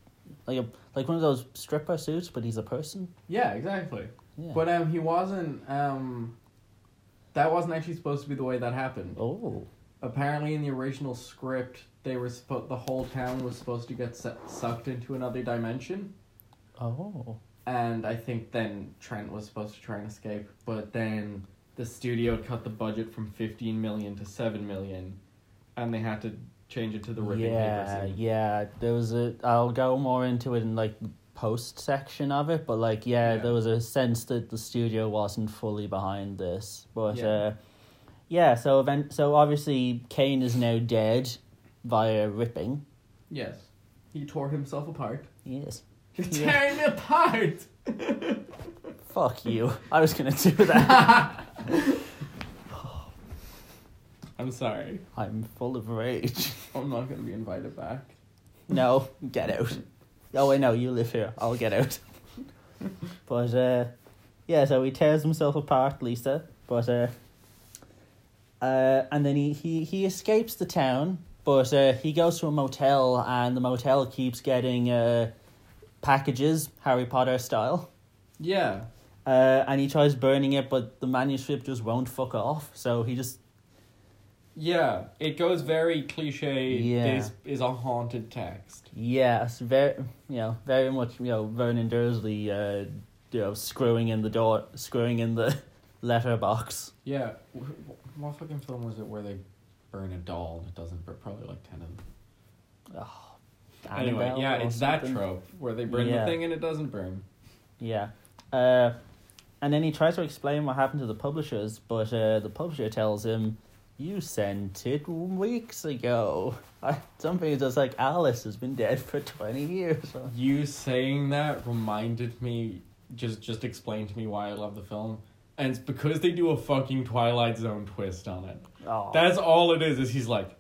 like a like one of those stripper suits but he's a person yeah, exactly. yeah But um, he wasn't um, that wasn't actually supposed to be the way that happened. oh Apparently, in the original script, they were supposed the whole town was supposed to get su- sucked into another dimension. oh and I think then Trent was supposed to try and escape, but then the studio cut the budget from fifteen million to seven million, and they had to change it to the ripping yeah, paper scene. yeah. There was a. I'll go more into it in like the post section of it, but like, yeah, Yeah. there was a sense that the studio wasn't fully behind this, but Yeah. uh, yeah. So event. So obviously, Kane is now dead via ripping. Yes, he tore himself apart. (laughs) Yes. You're Yeah. tearing me apart. Fuck (laughs) you. I was gonna do that. I'm sorry. I'm full of rage. I'm not gonna be invited back. No, get out. Oh wait, no, you live here. I'll get out. (laughs) but uh, yeah, so he tears himself apart, Lisa. But uh, uh, and then he he he escapes the town, but uh, he goes to a motel, and the motel keeps getting uh, packages, Harry Potter style. Yeah. Uh, and he tries burning it, but the manuscript just won't fuck off. So he just Yeah, it goes very cliche. Yeah. This is a haunted text. Yes, very you know very much you know Vernon Dursley uh you know screwing in the door screwing in the (laughs) letterbox. Yeah, wh- wh- what fucking film was it where they burn a doll and it doesn't burn? Probably like ten of them. Anyway, Annabelle yeah, or it's that something. trope where they burn Yeah. the thing and it doesn't burn. Yeah, uh, and then he tries to explain what happened to the publishers, but uh, the publisher tells him, "You sent it weeks ago." (laughs) I, something's just like Alice has been dead for twenty years. (laughs) You saying that reminded me just just explained to me why I love the film. And it's because they do a fucking Twilight Zone twist on it. Oh, That's all it is, is he's like,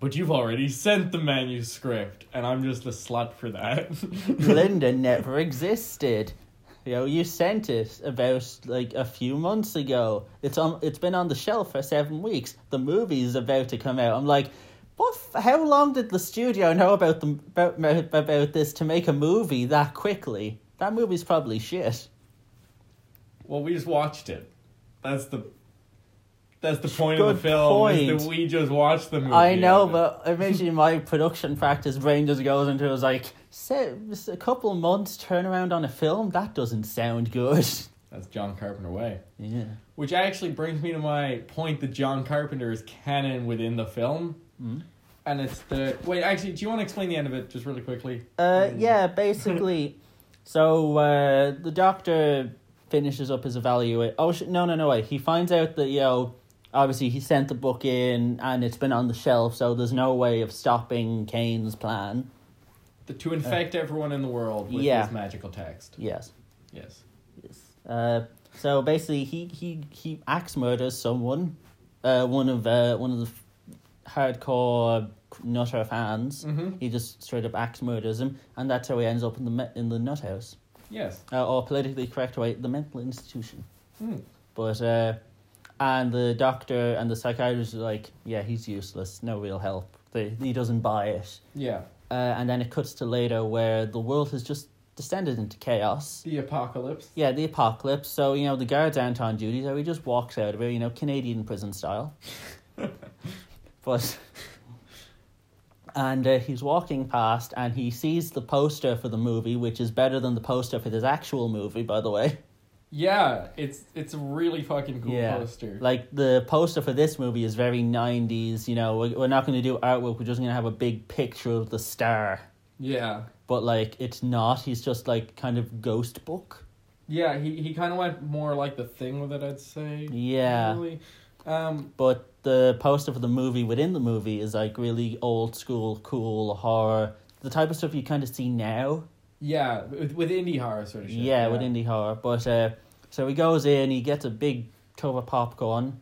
but you've already sent the manuscript, and I'm just a slut for that. (laughs) Linda never existed. You know, you sent it about like a few months ago. It's on. It's been on the shelf for seven weeks. The movie's about to come out. I'm like, what? F- how long did the studio know about the about about this to make a movie that quickly? That movie's probably shit. well, we just watched it. That's the. That's the point of Good the film. Is point. that we just watched the movie. I know, but eventually my production practice brain just goes into it was like, "Se- s- a couple months turnaround on a film? That doesn't sound good. (laughs) that's John Carpenter way. Yeah. Which actually brings me to my point that John Carpenter is canon within the film. Mm. And it's the. Wait, actually, do you want to explain the end of it just really quickly? Uh, yeah, basically. so uh, the doctor finishes up his evaluate. Oh sh- no, no, no! Wait. He finds out that you know, obviously he sent the book in and it's been on the shelf, so there's no way of stopping Kane's plan. The, to infect everyone in the world with Uh. Yeah. his magical text. Yes. Yes. Yes. Uh, so basically, he he he axe murders someone, uh, one of uh, one of the f- hardcore Nutter fans. Mhm. He just straight up axe murders him, and that's how he ends up in the me- in the nut house. Yes. uh, or politically correct way, the mental institution. Hmm. But uh, and the doctor and the psychiatrist are like, yeah, he's useless, no real help. They, he doesn't buy it. Yeah. Uh, and then it cuts to later where the world has just descended into chaos. The apocalypse. Yeah, the apocalypse. So you know the guards aren't on duty, so he just walks out of it. You know, Canadian prison style. but and uh, he's walking past and he sees the poster for the movie, which is better than the poster for this actual movie, by the way. Yeah, it's it's a really fucking cool Yeah. poster. Like the poster for this movie is very nineties. You know, we're, we're not going to do artwork. We're just going to have a big picture of the star. yeah. But like, it's not. He's just like kind of ghost book. Yeah, he, he kind of went more like the thing with it, I'd say. Yeah. really. Um, But the poster for the movie within the movie is like really old school, cool horror. The type of stuff you kind of see now. yeah, with, with indie horror sort of shit. Yeah, with indie horror. But uh, so he goes in. He gets a big tub of popcorn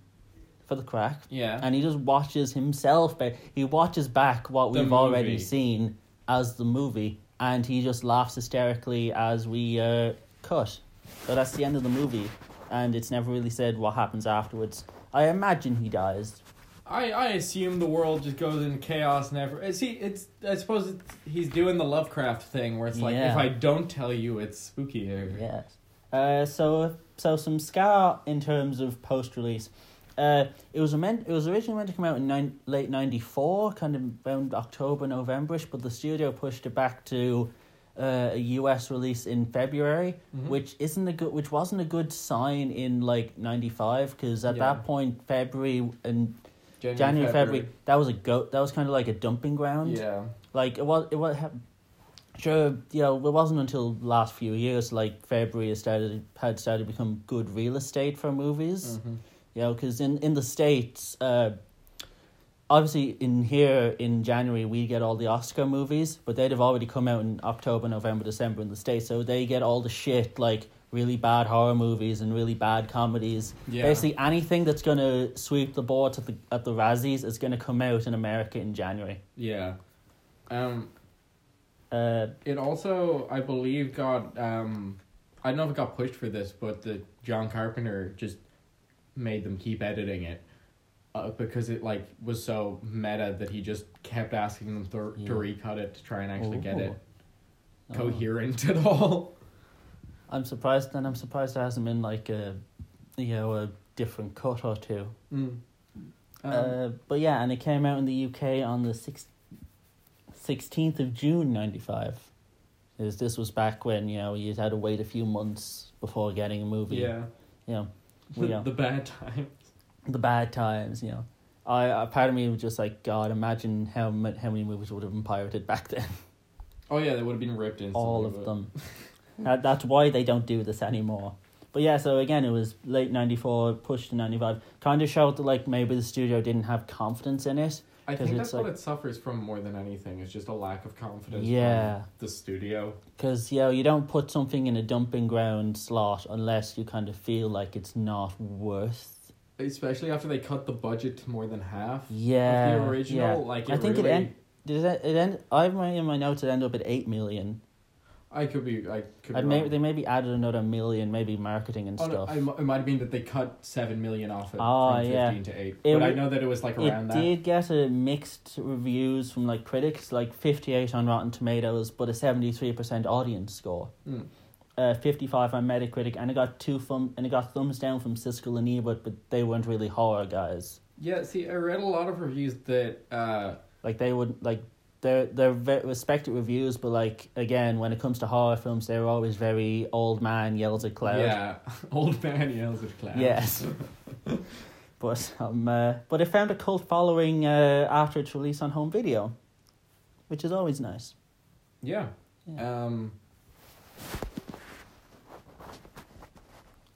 for the crack. Yeah. and he just watches himself but he watches back what The we've already movie. seen as the movie and he just laughs hysterically as we uh, cut so that's the end of the movie and it's never really said what happens afterwards i imagine he dies I, I assume the world just goes in chaos never. Is he? It's I suppose it's, he's doing the Lovecraft thing where it's like Yeah. if I don't tell you, it's spooky. Or, yes uh, so so some scar in terms of post release uh, it was meant. It was originally meant to come out in nine, late '94, kind of around October, Novemberish, but the studio pushed it back to uh, a US release in February, Mhm. which isn't a good, which wasn't a good sign in like '95 because at Yeah. that point, February and January, February, that was a go. That was kind of like a dumping ground. Yeah. Like it was. It was. ha- Sure, you know, it wasn't until the last few years like February had started had started to become good real estate for movies. Mhm. You know, because in, in the States, uh, obviously in here in January, we get all the Oscar movies, but they'd have already come out in October, November, December in the States. So they get all the shit like really bad horror movies and really bad comedies. Yeah. Basically, anything that's going to sweep the boards at the, at the Razzies is going to come out in America in January. Yeah. Um. Uh, It also, I believe, got um, I don't know if it got pushed for this, but the John Carpenter just made them keep editing it, uh, because it like was so meta that he just kept asking them to Yeah. to recut it to try and actually get it Oh. coherent (laughs) at all. I'm surprised, and I'm surprised there hasn't been like a, you know, a different cut or two. Mm. Um, uh, but yeah, and it came out in the UK on the six- 16th of June 95. Is This was back when, you know, you'd had to wait a few months before getting a movie. yeah, You know, we are- (laughs) the bad (laughs) time. the bad times, you know. I, I part of me was just like, God, imagine how, ma- how many movies would have been pirated back then. Oh yeah, they would have been ripped instantly. all of but- them. that, that's why they don't do this anymore. But yeah, so again, it was late 94, pushed to 95. Kind of showed that, like, maybe the studio didn't have confidence in it. I 'Cause think it's that's what like- it suffers from more than anything. It's just a lack of confidence. from Yeah. the studio. Because you know, you don't put something in a dumping ground slot unless you kind of feel like it's not worth especially after they cut the budget to more than half. Yeah, Of the original, yeah. like I think really, it end. Did it, it end? I have my in my notes. It ended up at eight million. I could be. I could. Be I may, wrong. they maybe added another million, maybe marketing and Oh, no, stuff. I, it might have been that they cut seven million off it Ah, from yeah. fifteen to eight. It but I w- know that it was like around it that. did get a mixed reviews from like critics, like fifty eight on Rotten Tomatoes, but a seventy three percent audience score. Hmm. Uh, fifty five on Metacritic, and it got two thumb and it got thumbs down from Siskel and Ebert, but they weren't really horror guys. Yeah, see, I read a lot of reviews that uh, Like they would like they're they're ve- respected reviews, but like again, when it comes to horror films, they're always very old man yells at cloud. yeah, (laughs) old man yells at clown. (laughs) Yes. but um, uh, but it found a cult following uh, after its release on home video, which is always nice. Yeah. Yeah. Um,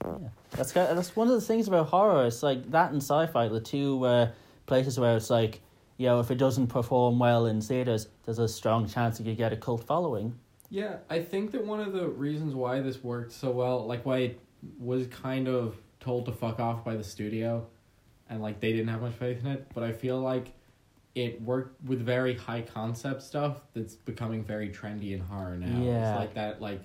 Yeah. That's ki- that's one of the things about horror. It's like that and sci-fi, the two uh, places where it's like, you know, if it doesn't perform well in theaters, there's a strong chance you could get a cult following. yeah, I think that one of the reasons why this worked so well, like why it was kind of told to fuck off by the studio, and like they didn't have much faith in it, but I feel like it worked with very high concept stuff that's becoming very trendy in horror now. Yeah. It's like that, like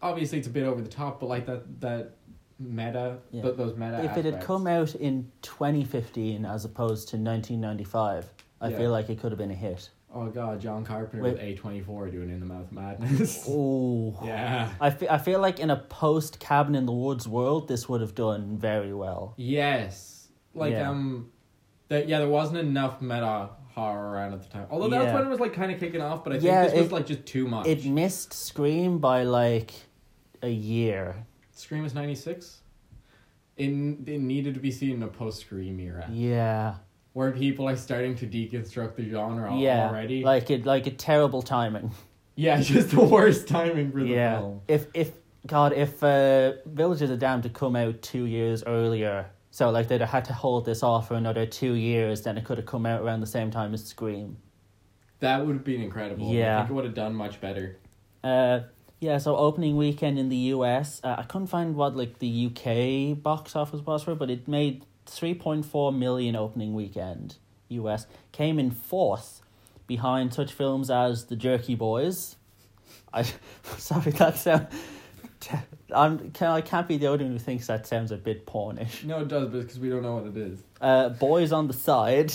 obviously it's a bit over the top, but like that that meta, Yeah. th- those meta. if it had aspects. come out in 2015 as opposed to 1995, I Yeah. feel like it could have been a hit. Oh god, John Carpenter Wait. with A twenty four doing in the mouth (laughs) madness. Ooh. yeah. I fe- I feel like in a post Cabin in the Woods world, this would have done very well. Yes. Like Yeah. um that yeah, there wasn't enough meta horror around at the time. Although that's Yeah. when it was like kinda kicking off, but I Yeah, think this was it- like just too much. It missed Scream by like a year. Scream is ninety six. It, it needed to be seen in a post Scream era. Yeah, Where people are starting to deconstruct the genre al- yeah. already. Like it, like a terrible timing. yeah, (laughs) just the worst timing for the yeah. film. If if God, if uh, Village of the Damned had come out two years earlier, so like they'd have had to hold this off for another two years, then it could have come out around the same time as Scream. That would have been incredible. I Yeah. think it would have done much better. Uh, yeah, so opening weekend in the US, uh, I couldn't find what like the UK box office was for, but it made three point four million opening weekend. US came in fourth, behind such films as The Jerky Boys. (laughs) I sorry that sound. (laughs) I'm can I can't be the only one who thinks that sounds a bit pornish. No, it does, but because we don't know what it is. Uh, Boys on the Side,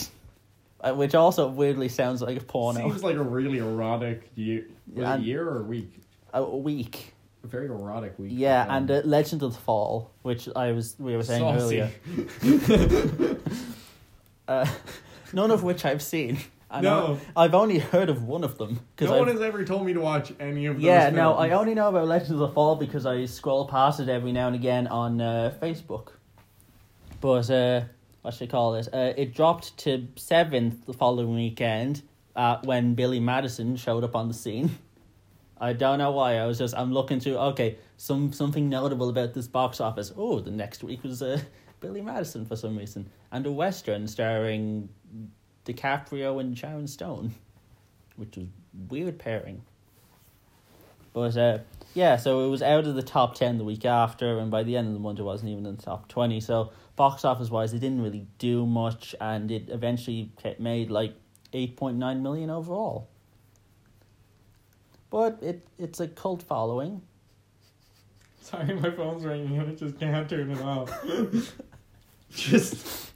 uh, which also weirdly sounds like a porno. Seems like a really erotic year. Was Yeah, it Oh, and- year or week? a week. A very erotic week. Yeah, Um, and uh, Legend of the Fall, which I was we were saying Saucy. (laughs) earlier, uh, (laughs) none of which I've seen. And No. I, have only heard of one of them because No one has ever told me to watch any of those. yeah, no, I films. only know about Legend of the Fall because I scroll past it every now and again on uh, Facebook. But uh, what should I call it? Uh, it dropped to seventh the following weekend uh, when Billy Madison showed up on the scene. (laughs) I don't know why. I was just I'm looking to okay some something notable about this box office. Oh, the next week was uh, (laughs) Billy Madison for some reason and a western starring DiCaprio and Sharon Stone, which was weird pairing. But uh, yeah, so it was out of the top ten the week after, and by the end of the month, it wasn't even in the top twenty. So box office wise, it didn't really do much, and it eventually ca- made like eight point nine million overall. But it it's a cult following. (laughs) Sorry, my phone's ringing and I just can't turn it off. (laughs) just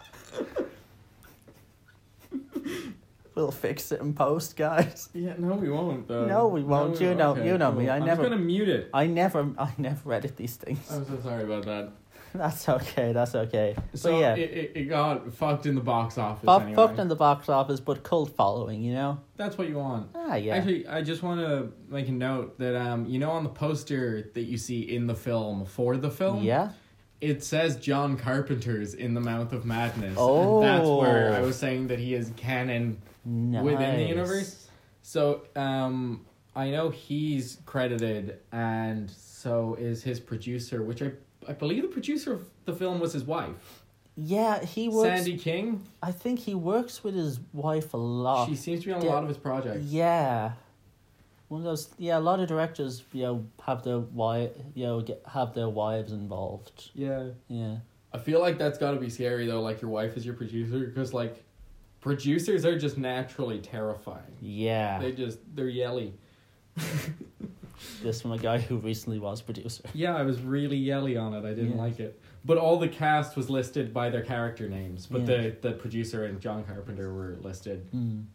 We'll fix it in post, guys. yeah, no, we won't though. No, we won't. You know- you know me, I am never- just gonna mute it. I never I never edit these things. I'm so sorry about that. (laughs) That's okay. That's okay. So So yeah, it, it, it got fucked in the box office. fu- anyway. fucked in the box office, but cult following. You know. That's what you want. Ah yeah. Actually, I just want to make a note that um, you know, on the poster that you see in the film for the film, yeah. It says John Carpenter's in the mouth of madness. Oh. And that's where I was saying that he is canon. Nice. within the universe? So, um, I know he's credited, and so is his producer, which I, I believe the producer of the film was his wife, Yeah, he works. Sandy King. I think he works with his wife a lot. she seems to be on a Ah. yeah. lot of his projects. yeah, one of those. Yeah, a lot of directors, you know, have their wife, you know, get, have their wives involved. Yeah. Yeah, I feel like that's got to be scary though. Like your wife is your producer because like producers are just naturally terrifying. Yeah. They just they're yelly. This from a guy who recently was producer. Yeah, I was really yelly on it. I didn't Yeah. like it. But all the cast was listed by their character names, but Yeah. the the producer and John Carpenter were listed. Mm.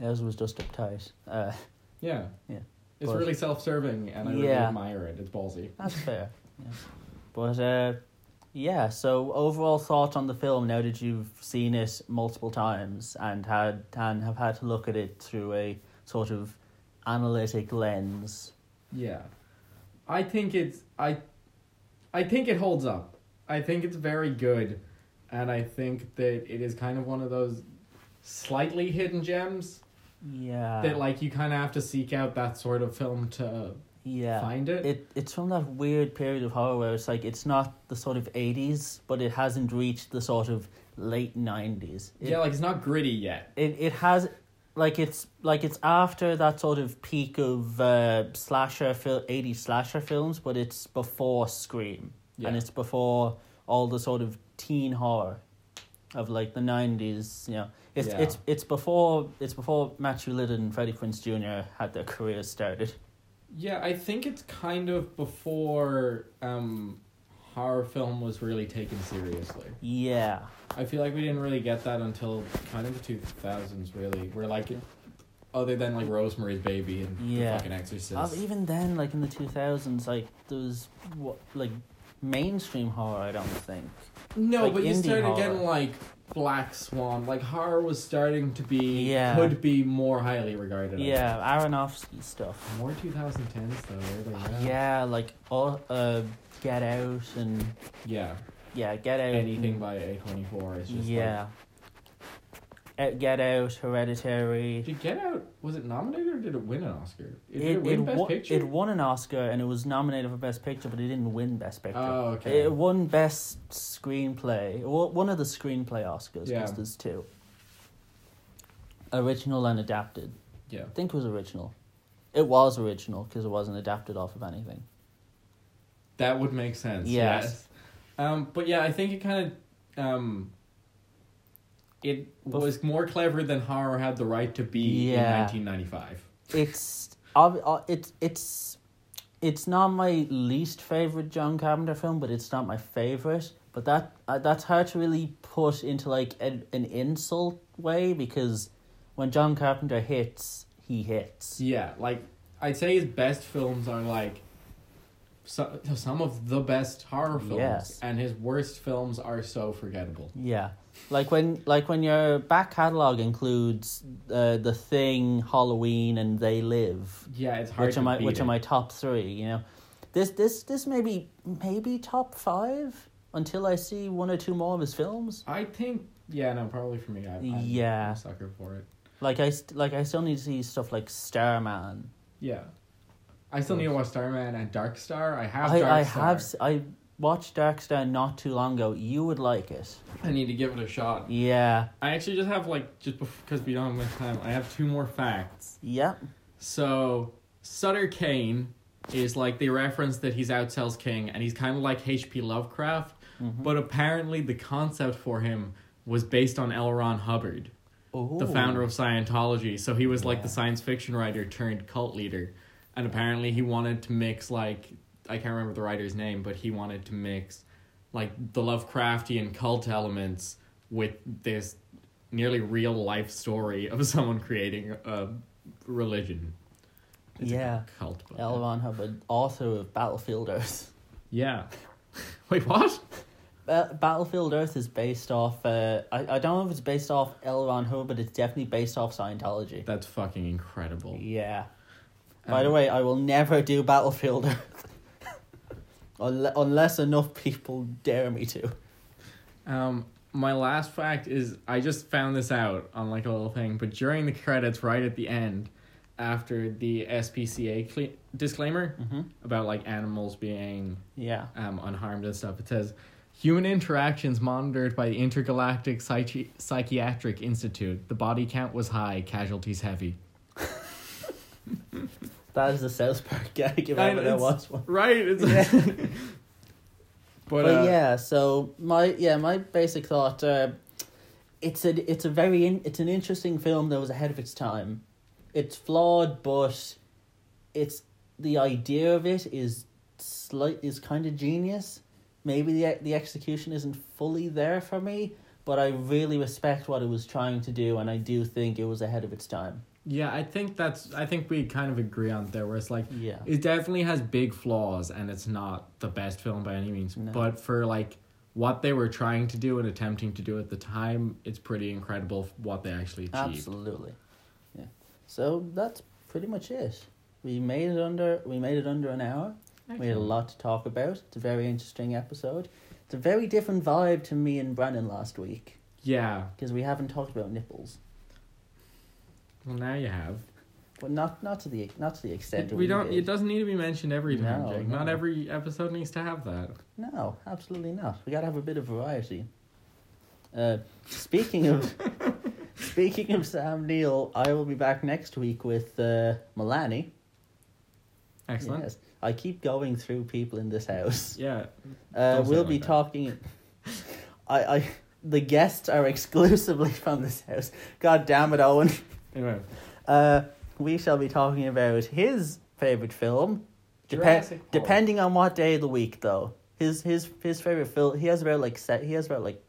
Ours was just uptight. Uh, Yeah. Yeah. It's But- really self-serving and I really Yeah. admire it. It's ballsy. that's fair. Yeah. But uh, yeah, so overall thought on the film now that you've seen it multiple times and had and have had to look at it through a sort of analytic lens. Yeah. I think it's I I think it holds up. I think it's very good and I think that it is kind of one of those slightly hidden gems Yeah. that like you kind of have to seek out that sort of film to yeah. find it. It it's from that weird period of horror where it's like it's not the sort of eighties, but it hasn't reached the sort of late nineties. yeah, like it's not gritty yet. it it has like it's like it's after that sort of peak of uh, slasher fil- 80 slasher films but it's before scream Yeah. and it's before all the sort of teen horror of like the 90s you know it's Yeah. it's it's before it's before Matthew Lydon and Freddie Prinze Jr had their careers started Yeah, I think it's kind of before um horror film was really taken seriously. yeah I feel like we didn't really get that until kind of the two thousands, really. We're like, other than like Rosemary's Baby and Yeah. the fucking Exorcist. Uh, even then like in the 2000s like there was what like mainstream horror I don't think no, like but you indie started horror. getting like Black Swan. Like horror was starting to be Yeah. could be more highly regarded. I yeah Aronofsky stuff think. More two thousand tens though. were they not? Yeah, like all uh, Get Out and Yeah. yeah, Get Out. Anything and- by A twenty four is just yeah. Uh, Get Out, Like, Hereditary. did Get Out was it nominated or did it win an Oscar? It, did it It win it, Best won, Picture. it won an Oscar and it was nominated for Best Picture, but it didn't win Best Picture. Oh, okay. It won Best Screenplay. It won- One of the screenplay Oscars, because Yeah. there's two. Original and adapted. yeah. I think it was original. It was original because it wasn't adapted off of anything. That would make sense. Yes. Um, but yeah, I think it kind of um, it was more clever than horror had the right to be Yeah. in 1995. it's ob- uh, it's it's it's not my least favorite John Carpenter film, but it's not my favorite. But that uh, that's hard to really put into like an an insult way because when John Carpenter hits, he hits. Yeah, like I'd say his best films are like so, some of the best horror films, Yes. and his worst films are so forgettable. Yeah, like when like when your back catalog includes uh, the Thing, Halloween, and They Live, Yeah, it's hard which to are my beat which are it. my top three. You know, this this this maybe maybe top five until I see one or two more of his films. I think yeah, no, probably for me. I, I'm, Yeah. I'm a sucker for it. Like I st- like I still need to see stuff like Starman. Yeah, I still need to watch Starman and Dark Star. I have I Dark I Star. have s- I watched Dark Star not too long ago. You would like it. I need to give it a shot. Yeah. I actually just have like just because we don't have much time. I have two more facts. Yeah. So Sutter Kane is like they reference that he's outsells King, and he's kind of like H.P. Lovecraft, but apparently the concept for him was based on L. Ron Hubbard, Oh. the founder of Scientology. So he was like the science fiction writer turned cult leader, and apparently he wanted to mix like I can't remember the writer's name, but he wanted to mix like the Lovecraftian cult elements with this nearly real life story of (laughs) someone creating a religion. It's a Yeah. cult. But L. Ron Hubbard, author of Battlefield Earth. (laughs) Yeah. (laughs) Wait, what? Ba- Battlefield Earth is based off. Uh, I I don't know if it's based off L. Ron Hubbard, but it's definitely based off Scientology. That's fucking incredible. Yeah. By the Um, way, I will never do Battlefield (laughs) Earth. Unle- Unless enough people dare me to. Um, my last fact is I just found this out on like a little thing, but during the credits, right at the end, after the SPCA cle- disclaimer Mm-hmm. about like animals being Yeah. um, unharmed and stuff, it says human interactions monitored by the Intergalactic Psychi- Psychiatric Institute. The body count was high, casualties heavy. That is the South Park gag, if I (laughs) know, ever (laughs) there it's- was one. Right. It's But, (laughs) But, uh, yeah, so my yeah my basic thought, uh, it's a it's a very in, it's an interesting film that was ahead of its time. It's flawed, but it's the idea of it is slight is kind of genius. Maybe the the execution isn't fully there for me, but I really respect what it was trying to do, and I do think it was ahead of its time. yeah, I think that's. I think we kind of agree on there. Where it's like, Yeah. it definitely has big flaws, and it's not the best film by any means. No. But for like what they were trying to do and attempting to do at the time, it's pretty incredible what they actually achieved. Absolutely. Yeah. So that's pretty much it. We made it under we made it under an hour. We had a Excellent. lot to talk about. It's a very interesting episode. It's a very different vibe to me and Brennan last week Yeah. because we haven't talked about nipples, Well, now you have. but not not to the not to the extent It- that we don't. did. It doesn't need to be mentioned every time. No, Jake. no. Not every episode needs to have that. No, absolutely not. We gotta have a bit of variety. Uh, speaking (laughs) of speaking of Sam Neill, I will be back next week with uh, Milani. Excellent. Yes. I keep going through people in this (laughs) house. Yeah. Uh, Don't say it we'll like be that. talking. I, I, the guests are (laughs) exclusively from this house. God damn it, Owen. Anyway. Uh, we shall be talking about his favorite film. Depe- Jurassic Park. depending on what day of the week, though. His his his favorite film. He has about like set. He has about like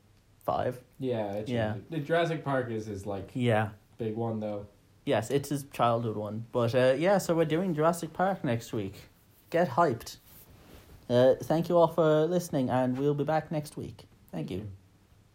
five. Yeah. It Yeah. should be- The Jurassic Park is his like Yeah. big one though. Yes, it's his childhood one. But uh, yeah, so we're doing Jurassic Park next week. Get hyped. Uh, thank you all for listening, and we'll be back next week. Thank you.